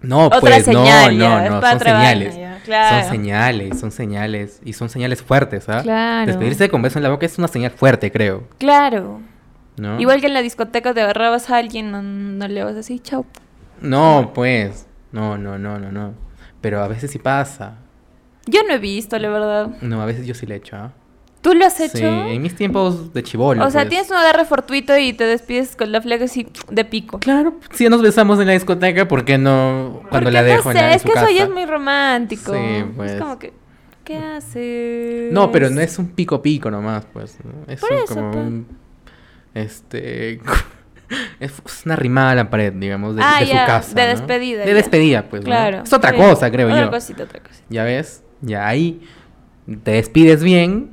No, Otra pues señal, no, ya, es no, no, para son otra vaina, señales. ya, claro. Son señales, son señales y son señales fuertes, ¿ah? Claro. Despedirse con beso en la boca es una señal fuerte, creo, Claro. ¿no? Igual que en la discoteca te agarrabas a alguien, no, no le vas así, chao. No, pues, no, no, no, no, no. Pero a veces sí pasa. Yo no he visto, la verdad. No, a veces yo sí le echo, ¿ah? ¿Tú lo has hecho? Sí, en pues. mis tiempos de chivolo. o sea, tienes un agarre fortuito y te despides con la flaca así de pico. Claro, si nos besamos en la discoteca, ¿por qué no cuando Porque la dejo no en sé, la en es su que eso ya casa? es muy romántico. Sí, pues. Es como que, ¿qué haces? No, pero no es un pico pico nomás, pues. ¿no? Es Pues Por un- eso, como pues. un. Este. es es una rimada a la pared, digamos, de, Ah, de su ya, casa. de ¿no? despedida, De ya. despedida, pues. ¿no? Claro. Es otra sí. cosa, creo yo. Otra cosita, otra cosita. Ya ves, ya ahí te despides bien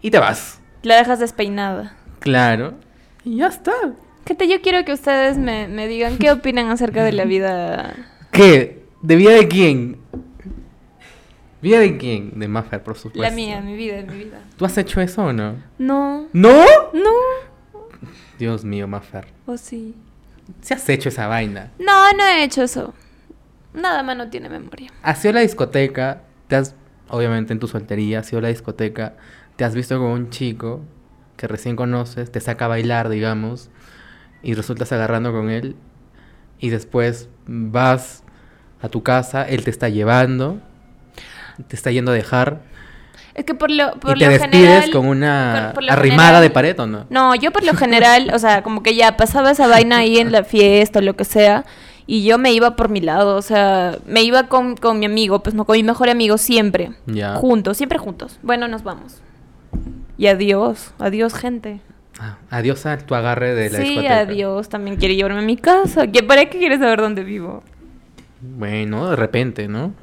y te vas. La dejas despeinada. Claro. Y ya está. Gente, yo quiero que ustedes me, me digan qué opinan acerca de la vida. ¿Qué? ¿De vida de quién? ¿Vida de quién? De Maffer, por supuesto. la mía, mi vida, mi vida. ¿Tú has hecho eso o no? No, ¿No? no. Dios mío, Maffer. ¿O sí? Si has hecho esa vaina. No, no he hecho eso. Nada más no tiene memoria. Has ido a la discoteca, te has, obviamente en tu soltería, has ido a la discoteca, te has visto con un chico que recién conoces, te saca a bailar, digamos, y resultas agarrando con él, y después vas a tu casa, él te está llevando, te está yendo a dejar, Es que por lo, por y te lo despides general... con una por- por lo arrimada general- de pared, ¿o no? No, yo por lo general, o sea, como que ya pasaba esa vaina ahí en la fiesta o lo que sea, y yo me iba por mi lado, o sea, me iba con, con mi amigo, pues no, con mi mejor amigo siempre. Ya. Juntos, siempre juntos. Bueno, nos vamos. Y adiós, adiós gente. Ah, adiós a tu agarre de la sí, discoteca. adiós, también quiere llevarme a mi casa. ¿Qué, ¿Para qué quieres saber dónde vivo? Bueno, de repente, ¿no?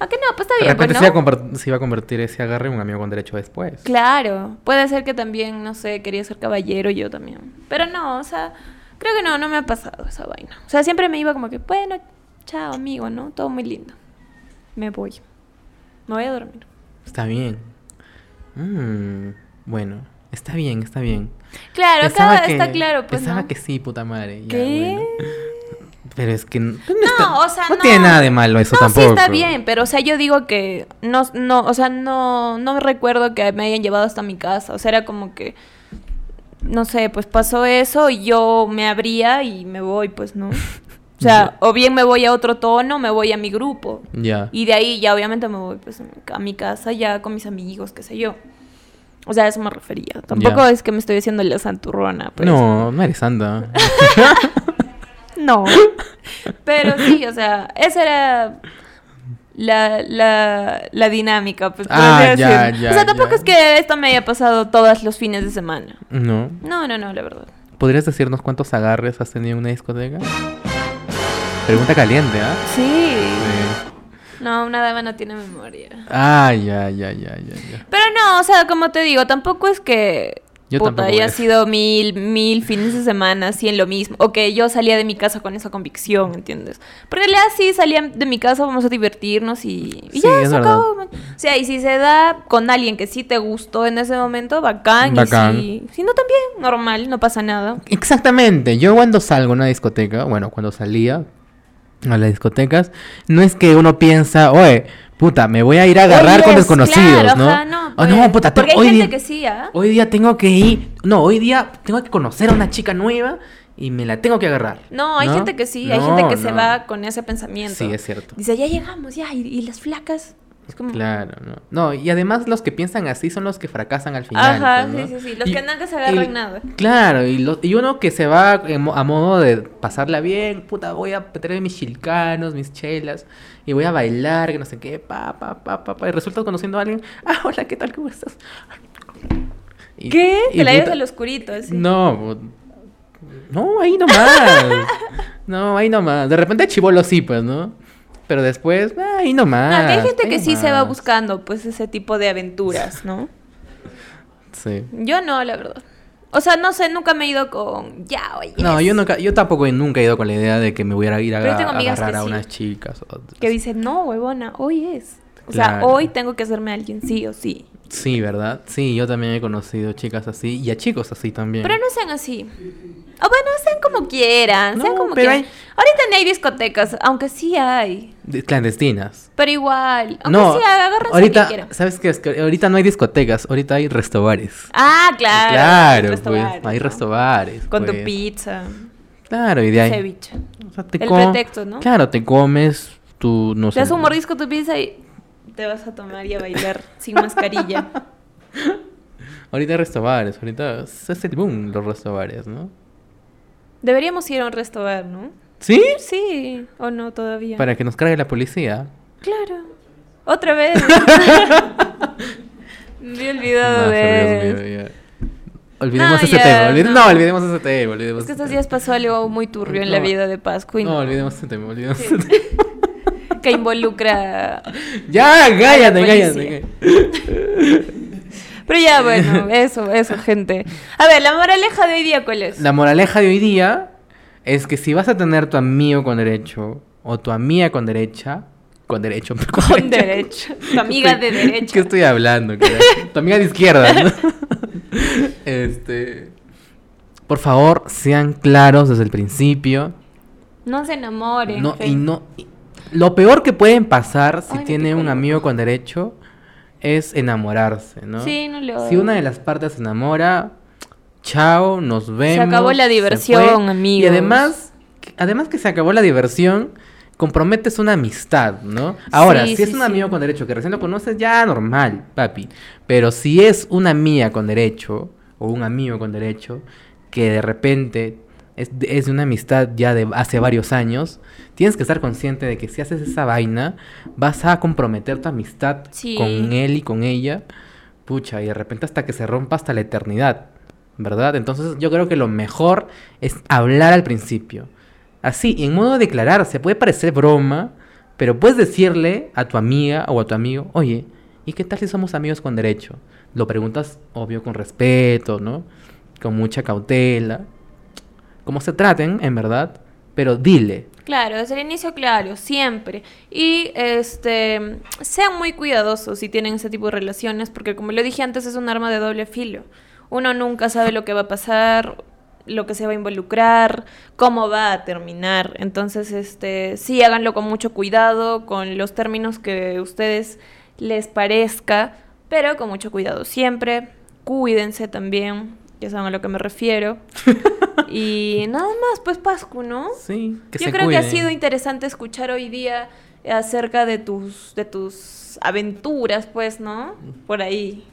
Ah, que no, pues está De bien, pues, repente ¿no? se, iba a conver- se iba a convertir ese agarre en un amigo con derecho después. Claro, puede ser que también, no sé, quería ser caballero yo también. Pero no, o sea, creo que no, no me ha pasado esa vaina. O sea, siempre me iba como que, bueno, chao amigo, ¿no? Todo muy lindo. Me voy. Me voy a dormir. Está bien. Mm, bueno, está bien, está bien. Claro, Pensaba cada que- está claro, pues Pensaba no. que sí, puta madre. ya, ¿Qué? bueno. Pero es que... pues, No, No, o sea, no. tiene nada de malo eso no, tampoco. sí está bien, pero o sea, yo digo que no, no, o sea, no, no recuerdo que me hayan llevado hasta mi casa. O sea, era como que, no sé, pues pasó eso y yo me abría y me voy, pues, ¿no? O Ya. sea, o bien me voy a otro tono, me voy a mi grupo. Ya. Y de ahí ya obviamente me voy pues a mi casa ya con mis amigos, qué sé yo. O sea, a eso me refería. Tampoco Ya. es que me estoy haciendo la santurrona, pues. no, no eres santa. No. Pero sí, o sea, esa era la, la, la dinámica, pues. por Ah, así ya, decirlo. ya, o sea, tampoco ya. es que esto me haya pasado todos los fines de semana. no. No, no, no, la verdad. ¿Podrías decirnos cuántos agarres has tenido en una discoteca? Pregunta caliente, ¿ah? Sí. Sí. No, una dama no tiene memoria. Ah, ya, ya, ya, ya, ya. Pero no, o sea, como te digo, tampoco es que Yo Puta, tampoco ya voy a ha eso. sido mil, mil fines de semana, así en lo mismo. O que yo salía de mi casa con esa convicción, ¿entiendes? Porque en realidad sí salía de mi casa, vamos a divertirnos y, y Sí, ya es se verdad. acabó. man. O sea, y si se da con alguien que sí te gustó en ese momento, bacán. Bacán. Y si, si no, también, normal, no pasa nada. Exactamente. Yo cuando salgo a una discoteca, bueno, cuando salía a las discotecas, no es que uno piensa, oye, puta, me voy a ir a agarrar Oye, con es desconocidos, claro, ¿no? ajá, no, Ah, pues, no, puta, te- porque hay hoy, gente día, que sí, ¿ah? hoy día tengo que ir, no, hoy día tengo que conocer a una chica nueva y me la tengo que agarrar. No, hay gente que sí, hay No, gente que se no. va con ese pensamiento. Sí, es cierto. Dice, ya llegamos, ya, y, y las flacas. Es como, Claro, no. No, y además los que piensan así son los que fracasan al final. Ajá, pues, ¿no? sí, sí, sí, los Y- que nunca se agarran y- nada. Claro, y, lo- y uno que se va en mo- a modo de pasarla bien, puta, voy a traer mis chilcanos, mis chelas, y voy a bailar, que no sé qué, pa, pa, pa, pa, pa, y resulta conociendo a alguien, ah, hola, ¿qué tal? ¿Cómo estás? Y- ¿Qué? y Te la llevas puta- al oscurito, así. No, bu- no, ahí nomás. no, ahí nomás. De repente chivolo sí, pues, ¿no? Pero después, ah, ahí nomás. Ah, que hay gente ahí que sí se va nomás. buscando, pues, ese tipo de aventuras, ¿no? Sí. Yo no, la verdad. O sea, no sé, nunca me he ido con... Ya, oye. No, yo nunca, yo tampoco he- nunca he ido con la idea de que me voy a ir a, Pero yo tengo a amigas agarrar que a sí. unas chicas. o- Que dice, no, huevona, hoy es. O sea, Claro. hoy tengo que hacerme a alguien sí o sí. Sí, ¿verdad? Sí, yo también he conocido chicas así y a chicos así también. Pero no sean así. O bueno, sean como quieran, sean No, como pero quieran. hay- Ahorita no hay discotecas, aunque sí hay. De- clandestinas. Pero igual, aunque no, sí hay, agárrense ahorita, que quieran. ¿sabes qué? Es que ahorita no hay discotecas, ahorita hay restobares. Ah, claro. Claro, pues, los restaurantes, hay ¿no? restobares. Con tu pues. pizza, Claro, y de ahí. ceviche. O sea, te El com- pretexto, ¿no? Claro, te comes tu, no Te sé. das un mordisco a tu pizza y te vas a tomar y a bailar sin mascarilla. Ahorita hay restobares, ahorita es el boom los restobares, ¿no? Deberíamos ir a un restaurante, ¿no? ¿Sí? Sí, o no todavía. Para que nos cargue la policía. Claro. Otra vez. Me he olvidado No, de... Dios mío, ya. Olvidemos No, ese ya, tema. olvide- no. no. olvidemos ese tema. Olvidemos Es que ese estos tema. días pasó algo muy turbio en la No. vida de Pascu y No, no- olvidemos ese tema. Olvidemos Sí. ese tema. que involucra... Ya, cállate, policía. cállate. Pero ya, bueno, eso, eso, gente. A ver, la moraleja de hoy día, ¿cuál es? La moraleja de hoy día es que si vas a tener tu amigo con derecho o tu amiga con derecha, con derecho, con, Con derecha. derecho. Tu amiga de ¿Qué derecho. estoy hablando? carajo? tu amiga de izquierda. ¿no? este. Por favor, sean claros desde el principio. No se enamoren. No, y gente. no. y- lo peor que pueden pasar si Ay, me tiene picó un la amigo con derecho es enamorarse, ¿no? Sí, no le Si una de las partes se enamora, chao, nos vemos. acabó la se diversión, fue. Y amigos. además, además que se acabó la diversión, comprometes una amistad, ¿no? Ahora, Sí, si es sí, un sí. amigo con derecho que recién lo conoces, ya normal, papi. Pero si es una amiga con derecho, o un amigo con derecho, que de repente es de, es de una amistad ya de hace varios años, tienes que estar consciente de que si haces esa vaina, vas a comprometer tu amistad Sí. con él y con ella. Pucha, y de repente hasta que se rompa hasta la eternidad, ¿verdad? Entonces yo creo que lo mejor es hablar al principio. Así, y en modo de declararse, puede parecer broma, pero puedes decirle a tu amiga o a tu amigo, oye, ¿y qué tal si somos amigos con derecho? Lo preguntas, obvio, con respeto, ¿no? Con mucha cautela. Como se traten, en verdad, pero dile. Claro, desde el inicio, claro, siempre. Y este, sean muy cuidadosos si tienen ese tipo de relaciones, porque como lo dije antes, es un arma de doble filo. Uno nunca sabe lo que va a pasar, lo que se va a involucrar, cómo va a terminar. Entonces, este, sí, háganlo con mucho cuidado, con los términos que ustedes les parezca, pero con mucho cuidado siempre. Cuídense también, ya saben a lo que me refiero. y nada más, pues Pascu, ¿no? Sí, que Yo se creo que ha cuiden. sido interesante escuchar hoy día acerca de tus, de tus aventuras, pues, ¿no? Por ahí.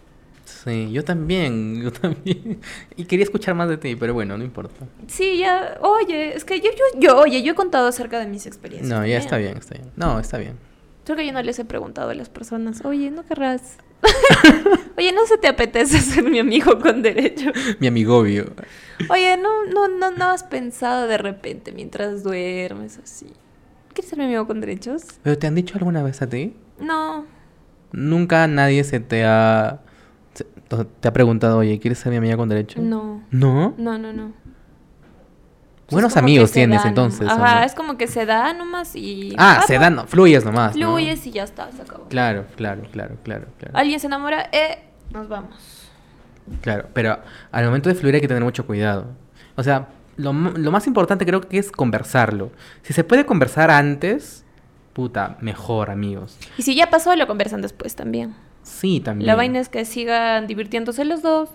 Sí, yo también, yo también. Y quería escuchar más de ti, pero bueno, no importa. Sí, ya, oye, es que yo, yo, yo oye, yo he contado acerca de mis experiencias. No, ya también. está bien, está bien. No, está bien. Creo que yo no les he preguntado a las personas, oye, ¿no querrás? oye, ¿no se te apetece ser mi amigo con derecho? Mi amigobio. Oye, ¿no, no, no, no has pensado de repente mientras duermes así? ¿Quieres ser mi amigo con derechos? ¿Pero te han dicho alguna vez a ti? No, Nunca nadie se te ha... se- Entonces, te ha preguntado, oye, ¿quieres ser mi amiga con derecho? No, ¿No? no, no, no. O sea, Buenos es como amigos que se tienes da, ¿no? entonces. ¿o Ajá, no? es como que se da nomás y... Ah, se pues, dan, no, fluyes nomás. ¿no? Fluyes y ya está, se acabó. Claro, claro, claro, claro, claro. Alguien se enamora, eh, nos vamos. Claro, pero al momento de fluir hay que tener mucho cuidado. O sea, lo, m- lo más importante creo que es conversarlo. Si se puede conversar antes, puta, mejor, amigos. Y si ya pasó, lo conversan después también. Sí, también. La vaina es que sigan divirtiéndose los dos,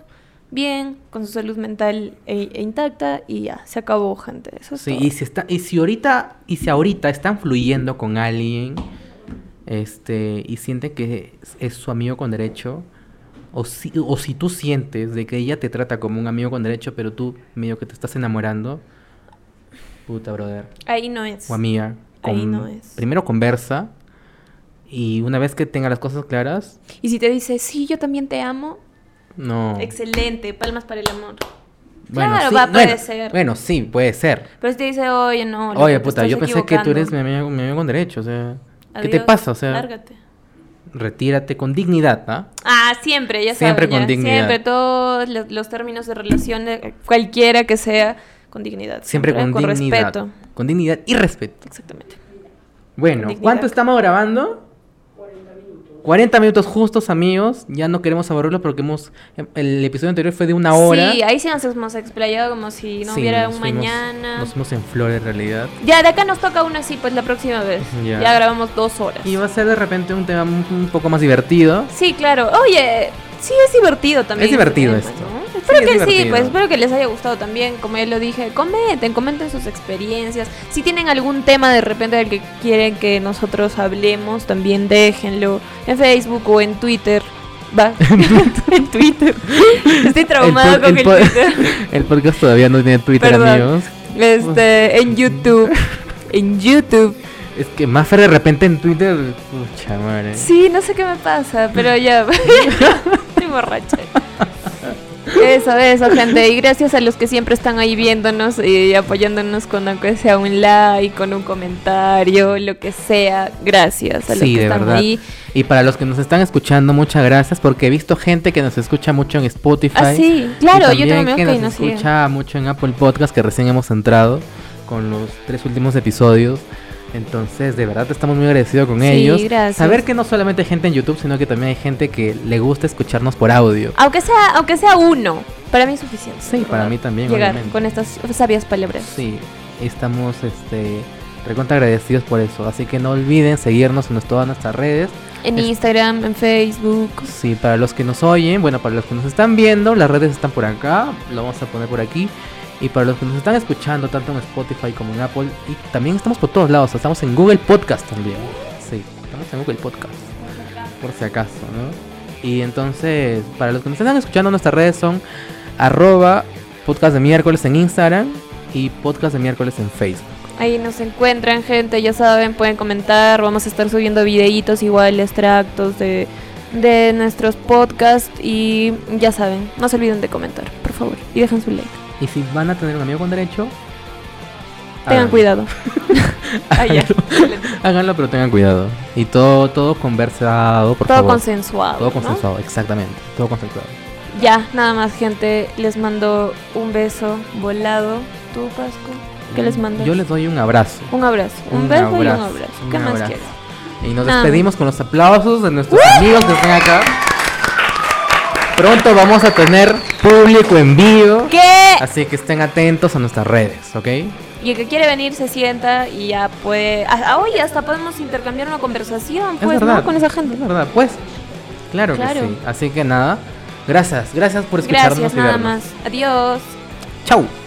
bien, con su salud mental e, e intacta y ya, se acabó, gente. Eso es Sí, todo. y si, está, y si ahorita, y si ahorita están fluyendo con alguien, este, y sienten que es, es su amigo con derecho, o si, o si tú sientes de que ella te trata como un amigo con derecho, pero tú medio que te estás enamorando, puta, brother. Ahí no es. o amiga. Ahí con- no es. Primero conversa y una vez que tenga las cosas claras, Y si te dice, sí, yo también te amo, no. excelente, palmas para el amor. Bueno, claro, sí, va, puede bueno, ser. Bueno, sí, puede ser. Pero si te dice, oye, no. loco, Oye, te puta, estás yo pensé que tú eres mi equivocando. amigo, mi amigo con derecho, o sea, ¿qué te Adiós, pasa? O sea, Lárgate. retírate con dignidad, ¿ah? Ah, siempre, ya saben. Siempre con ya, dignidad. Siempre, todos los, los términos de relación, eh, cualquiera que sea, Eh, con dignidad. Siempre con, dignidad. respeto. Con dignidad y respeto. Exactamente. Bueno, dignidad. ¿cuánto estamos grabando? 40 minutos justos, amigos. Ya no queremos aburrirlos porque hemos. El episodio anterior fue de una hora. Sí, ahí sí nos hemos explayado como si no Sí, hubiera nos un fuimos- mañana. Nos fuimos en flor en realidad. Ya, de acá nos toca uno así, pues la próxima vez. Ya. Ya grabamos dos horas. Y va a ser de repente un tema un, un poco más divertido. Sí, claro. Oye, sí es divertido también. Es divertido este tema, esto. ¿no? Sí, Espero es que sí, divertido. pues espero que les haya gustado también. Como ya lo dije, comenten, comenten sus experiencias. Si tienen algún tema de repente del que quieren que nosotros hablemos, también déjenlo en Facebook o en Twitter. Va, en Twitter. Estoy traumado pod- con el, pod- Twitter. el podcast todavía no tiene Twitter, Perdón. amigos. Este, en YouTube. En YouTube. Es que más de repente en Twitter. Pucha madre. Sí, no sé qué me pasa, pero ya. Estoy borracha. Eso, eso, gente. Y gracias a los que siempre están ahí viéndonos y apoyándonos con aunque sea un like, con un comentario, lo que sea. Gracias a los Sí, que de están verdad. ahí. Y para los que nos están escuchando, muchas gracias. Porque he visto gente que nos escucha mucho en Spotify. Ah, sí, y claro, también yo tengo miedo que nos que, no sigan. escucha mucho en Apple Podcast, que recién hemos entrado con los tres últimos episodios. Entonces, de verdad estamos muy agradecidos con Sí, ellos. gracias. Saber que no solamente hay gente en YouTube, sino que también hay gente que le gusta escucharnos por audio. Aunque sea, aunque sea uno, para mí es suficiente. Sí, ¿verdad? para mí también, Llegar obviamente. con estas sabias palabras. Sí, estamos este recontra agradecidos por eso. Así que no olviden seguirnos en nos- todas nuestras redes. En Es- Instagram, en Facebook. Sí, para los que nos oyen, bueno, para los que nos están viendo, las redes están por acá, lo vamos a poner por aquí. Y para los que nos están escuchando, tanto en Spotify como en Apple, y también estamos por todos lados, estamos en Google Podcast también. Sí, estamos en Google Podcast, por si acaso, ¿no? Y entonces, para los que nos están escuchando, nuestras redes son arroba podcast de miércoles en Instagram y podcast de miércoles en Facebook. Ahí nos encuentran, gente, ya saben, pueden comentar, vamos a estar subiendo videitos igual, extractos de, de nuestros podcasts y ya saben, no se olviden de comentar, por favor, y dejen su like. Y si van a tener un amigo con derecho, Tengan háganlo. cuidado. Ah, ya. Háganlo, pero tengan cuidado. Y todo, todo conversado, por Todo favor. consensuado. todo ¿no? consensuado, exactamente. Todo consensuado. Ya, nada más, gente, les mando un beso volado. Tú, Pascu, ¿qué les mando? Mm, Yo les doy un abrazo. Un abrazo, un, un beso y un abrazo, abrazo. un ¿Qué más abrazo. quieres? Y nos Nada. despedimos con los aplausos de nuestros amigos que están acá. Pronto vamos a tener público en vivo. ¿Qué? Así que estén atentos a nuestras redes, ¿ok? Y el que quiere venir se sienta y ya puede. Ah, ah, oye, hasta podemos intercambiar una conversación, es pues, verdad. ¿no? Con esa gente. Es verdad, pues. Claro, Claro. que sí. Así que nada. Gracias, gracias por escucharnos Gracias, y nada vernos. más. Adiós. Chau.